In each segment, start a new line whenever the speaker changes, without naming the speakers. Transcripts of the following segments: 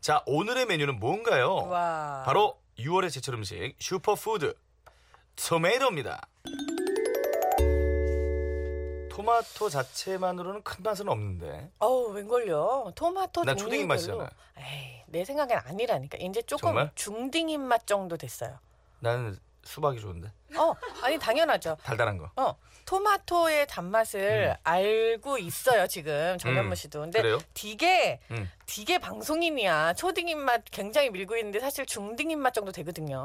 자, 오늘의 메뉴는 뭔가요?
와.
어, 바로 6월의 제철 음식 슈퍼푸드 토마토입니다. 토마토 자체만으로는 큰 맛은 없는데
어우 웬걸요? 토마토
난 초딩
종류별로.
입맛이잖아.
에이, 내 생각엔 아니라니까. 이제 조금
정말?
중딩 입맛 정도 됐어요.
나는 수박이 좋은데
어, 아니 당연하죠.
달달한 거.
어, 토마토의 단맛을 알고 있어요 지금
음,
정현무 씨도. 근데
그래요?
되게
음.
되게 방송인이야. 초딩 입맛 굉장히 밀고 있는데 사실 중딩 입맛 정도 되거든요.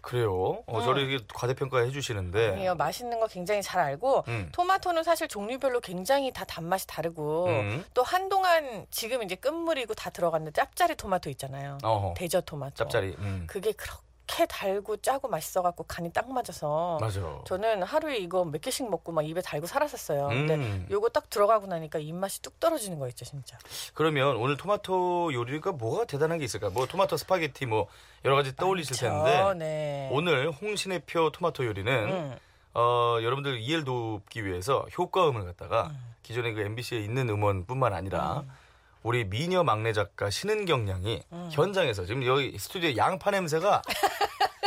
그래요. 어, 저를 이렇게 과대평가해 주시는데.
음. 아니요, 맛있는 거 굉장히 잘 알고
음.
토마토는 사실 종류별로 굉장히 다 단맛이 다르고
음.
또 한동안 지금 이제 끝물이고 다 들어갔는데 짭짜리 토마토 있잖아요.
어허.
대저 토마토.
짭짜리. 음.
그게 그렇게 달고 짜고 맛있어갖고 간이 딱 맞아서
맞아.
저는 하루에 이거 몇 개씩 먹고 막 입에 달고 살았었어요. 근데
음.
네. 요거 딱 들어가고 나니까 입맛이 뚝 떨어지는 거 있죠, 진짜.
아, 그러면 오늘 토마토 요리가 뭐가 대단한 게 있을까? 뭐 토마토 스파게티 뭐 여러 가지 떠올리실
저,
텐데
네.
오늘 홍신의표 토마토 요리는
음.
어, 여러분들 이해를 돕기 위해서 효과음을 갖다가 기존에 그 MBC에 있는 음원뿐만 아니라 우리 미녀 막내 작가 신은경 양이
음.
현장에서 지금 여기 스튜디오에 양파 냄새가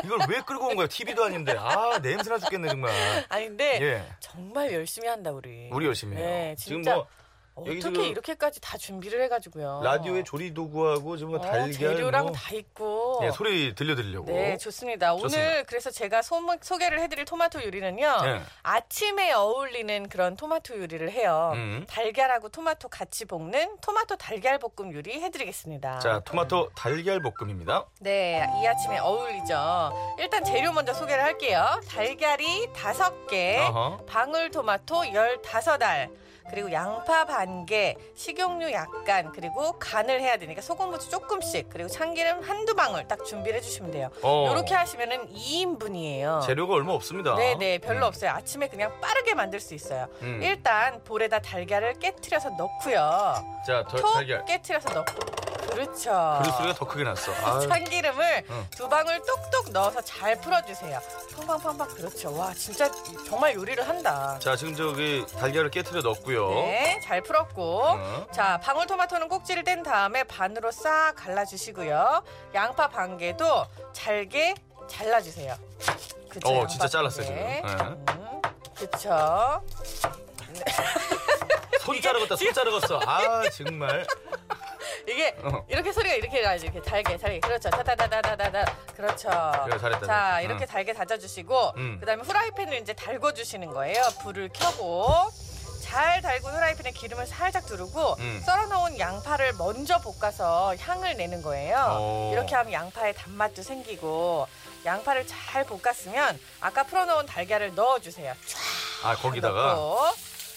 이걸 왜 끌고 온 거야? TV도 아닌데. 아, 냄새나 죽겠네, 정말.
아니 근데
예.
정말 열심히 한다 우리.
우리 열심히 해요.
네,
지금
진짜.
뭐 여기서 그
어떻게 이렇게까지 다 준비를 해가지고요.
라디오에 조리 도구하고 지금 뭐
어,
달걀
재료랑
뭐.
다 있고.
예, 소리 들려드리려고.
네, 좋습니다. 오늘
좋습니다.
그래서 제가 소문, 소개를 해드릴 토마토 요리는요.
네.
아침에 어울리는 그런 토마토 요리를 해요.
음.
달걀하고 토마토 같이 볶는 토마토 달걀 볶음 요리 해드리겠습니다.
자, 토마토 달걀 볶음입니다.
네, 이 아침에 어울리죠. 일단 재료 먼저 소개를 할게요. 달걀이 다섯 개,
어허.
방울토마토 열다섯 알, 그리고 양파 반 개, 식용유 약간, 그리고 간을 해야 되니까 소금부추 조금씩, 그리고 참기름 한두 방울 딱 준비를 해주시면 돼요.
어.
요렇게 하시면은 2인분이에요.
재료가 얼마 없습니다.
어. 네네 별로
음.
없어요 아침에 그냥 빠르게 만들 수 있어요
음.
일단 볼에다 달걀을 깨트려서 넣고요
자, 더-
톡
달걀.
깨트려서 넣고 그렇죠
그 소리가 더 크게 났어. 아
참기름을
응.
두 방울 똑똑 넣어서 잘 풀어주세요 팡팡팡팡 그렇죠 와 진짜 정말 요리를 한다
자 지금 저기 달걀을 깨트려 넣었고요. 어?
네잘 풀었고
응.
자, 방울토마토는 꼭지를 뗀 다음에 반으로 싹 갈라주시고요. 양파 반 개도 잘게 잘라주세요. 그쵸?
어,
양파
진짜 잘랐어요,
반
지금. 네.
개. 음, 그쵸?
손 자르겠다 손 자르겠어. 아 정말.
이게
어.
이렇게 소리가 이렇게 나죠. 이렇게 달게 달게 그렇죠. 다다다다다다다 그렇죠.
그래, 잘했다, 잘했다.
자 이렇게
응.
달게 다져주시고
응.
그다음에 후라이팬을 이제 달궈 주시는 거예요. 불을 켜고 잘 달군 후라이팬에 기름을 살짝 두르고
응.
썰어 놓은 양파를 먼저 볶아서 향을 내는 거예요.
오.
이렇게 하면 양파의 단맛도 생기고 양파를 잘 볶았으면 아까 풀어놓은 달걀을 넣어주세요.
아 거기다가
넣고.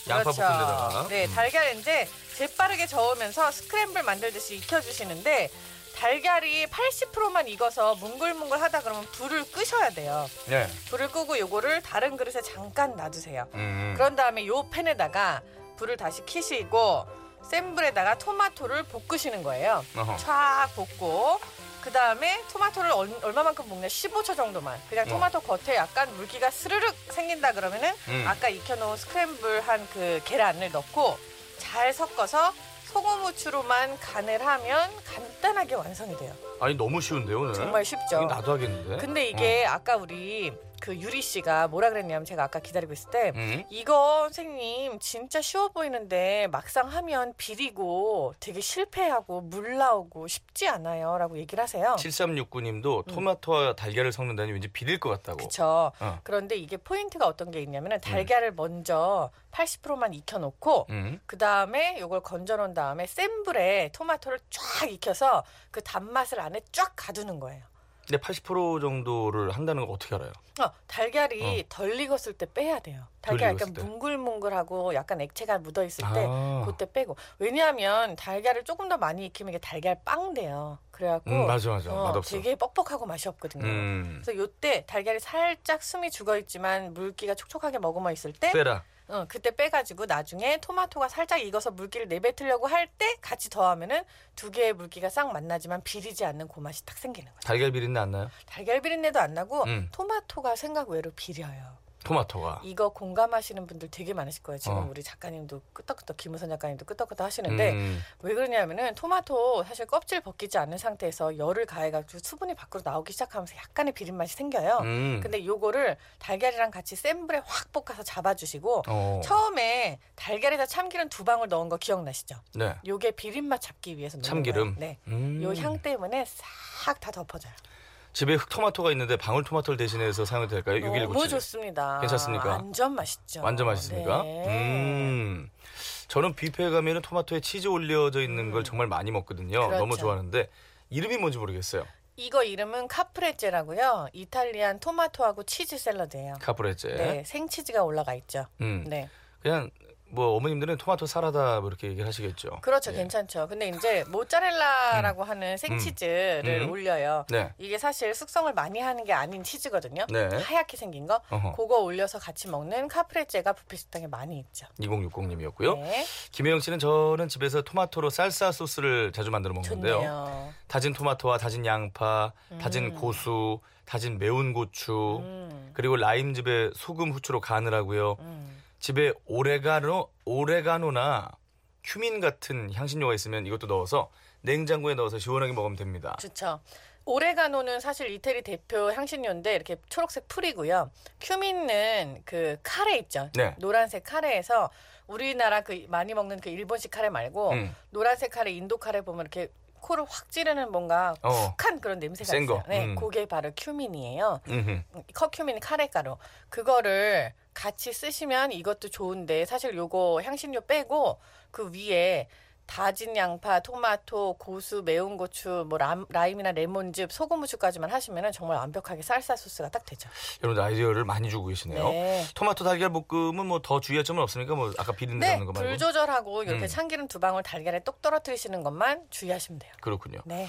양파 볶은 데다가.
네
음.
달걀 이제 재빠르게 저으면서 스크램블 만들듯이 익혀주시는데 달걀이 80%만 익어서 뭉글뭉글하다 그러면 불을 끄셔야 돼요.
네.
불을 끄고 요거를 다른 그릇에 잠깐 놔두세요.
음.
그런 다음에 요 팬에다가 불을 다시 켜시고 센 불에다가 토마토를 볶으시는 거예요.
음. 어허.
촥 볶고 그 다음에 토마토를 얼, 얼마만큼 볶냐 15초 정도만 그냥 토마토 겉에 약간 물기가 스르륵 생긴다 그러면은
음.
아까 익혀놓은 스크램블 한 그 계란을 넣고 잘 섞어서 소금 후추로만 간을 하면 간단하게 완성이 돼요
아니 너무 쉬운데요 오늘.
정말 쉽죠
이거 나도 어. 하겠는데.
근데 이게 아까 우리 그 유리 씨가 뭐라 그랬냐면 제가 아까 기다리고 있을 때
어. 음.
이거 선생님 진짜 쉬워 보이는데 막상 하면 비리고 되게 실패하고 물 나오고 쉽지 않아요라고 얘기를 하세요.
7369님도 토마토와 달걀을 섞는다니 왠지 비릴 것 같다고.
음. 그렇죠.
어.
그런데 이게 포인트가 어떤 게 있냐면 달걀을 먼저 80%만 익혀놓고
음.
그 다음에 요걸 건져놓은 다음에 센 불에 토마토를 쫙 익혀서 그 단맛을 안에 쫙 가두는 거예요.
근데 80% 정도를 한다는 거 어떻게 알아요?
어, 달걀이 덜 익었을 때 빼야 돼요. 달걀
덜 익었을
약간
때.
뭉글뭉글하고 약간 액체가 묻어 있을 때
아.
그때 빼고 왜냐하면 달걀을 조금 더 많이 익히면 이게 달걀 빵 돼요. 그래갖고
음, 맞아, 맞아. 맛없어.
되게 뻑뻑하고 맛이 없거든요.
음.
그래서 요때 달걀이 살짝 숨이 죽어 있지만 물기가 촉촉하게 머금어 있을 때
빼라.
어, 그때 빼가지고 나중에 토마토가 살짝 익어서 물기를 내뱉으려고 할 때 같이 더하면은 두 개의 물기가 싹 만나지만 비리지 않는 그 맛이 딱 생기는 거예요.
달걀 비린내 안 나요?
달걀 비린내도 안 나고
음.
토마토가 생각 외로 비려요.
토마토가
이거 공감하시는 분들 되게 많으실 거예요. 지금
어.
우리 작가님도 끄떡끄떡 김우선 작가님도 끄떡끄떡 하시는데
음,
왜 그러냐면은 토마토 사실 껍질 벗기지 않은 상태에서 열을 가해가지고 수분이 밖으로 나오기 시작하면서 약간의 비린 맛이 생겨요.
음.
어, 근데 요거를 달걀이랑 같이 센 불에 확 볶아서 잡아주시고
어.
처음에 달걀에다 참기름 두 방울 넣은 거 기억나시죠?
네.
요게 비린맛 잡기 위해서 넣는
참기름?
거예요. 네.
음.
요 향 때문에 싹 다 덮어져요.
집에 흑토마토가 있는데 방울토마토를 대신해서 사용해도 될까요? 6197.
너무 좋습니다.
네, 괜찮습니까?
완전 맛있죠.
완전 맛있습니까?
네.
음. 저는 뷔페 가면은 토마토에 치즈 올려져 있는
음.
걸 정말 많이 먹거든요.
그렇죠.
너무 좋아하는데 이름이 뭔지 모르겠어요.
이거 이름은 카프레제라고요. 이탈리안 토마토하고 치즈 샐러드예요.
카프레제.
네, 생치즈가 올라가 있죠.
음.
네,
그냥 뭐 어머님들은 토마토 사라다 뭐 이렇게 얘기를 하시겠죠.
그렇죠,
예.
괜찮죠. 근데 이제 모짜렐라라고 하는 생치즈를
음.
올려요.
네.
이게 사실 숙성을 많이 하는 게 아닌 치즈거든요.
네.
하얗게 생긴 거.
어허.
그거 올려서 같이 먹는 카프레제가 뷔페 식당에 많이 있죠.
2060님이었고요.
네,
김혜영 씨는 저는 집에서 토마토로 쌀사 소스를 자주 만들어 먹는데요.
좋네요.
다진 토마토와 다진 양파, 다진
음.
고수, 다진 매운 고추,
음,
그리고 라임즙에 소금 후추로 간을 하고요.
음.
집에 오레가노, 오레가노나 큐민 같은 향신료가 있으면 이것도 넣어서 냉장고에 넣어서 시원하게 먹으면 됩니다.
좋죠. 오레가노는 사실 이태리 대표 향신료인데 이렇게 초록색 풀이고요. 큐민은 그 카레 있죠.
네.
노란색 카레에서 우리나라 그 많이 먹는 그 일본식 카레 말고
음.
노란색 카레, 인도 카레 보면 이렇게 코를 확 찌르는 뭔가
어.
쿡한 그런 냄새가
센 거.
있어요. 네,
음.
그게 바로 큐민이에요.
음흠.
커큐민 카레 가루 그거를 같이 쓰시면 이것도 좋은데 사실 요거 향신료 빼고 그 위에 다진 양파, 토마토, 고수, 매운 고추, 뭐 람- 라임이나 레몬즙, 소금 후추까지만 하시면은 정말 완벽하게 쌀사 소스가 딱 되죠.
여러분들 아이디어를 많이 주고 계시네요.
네.
토마토 달걀 볶음은 뭐 더 주의할 점은 없습니까? 뭐 아까 비린내
네,
잡는 거 말고.
불 조절하고 이렇게
음.
참기름 두 방울 달걀에 똑 떨어뜨리시는 것만 주의하시면 돼요.
그렇군요.
네.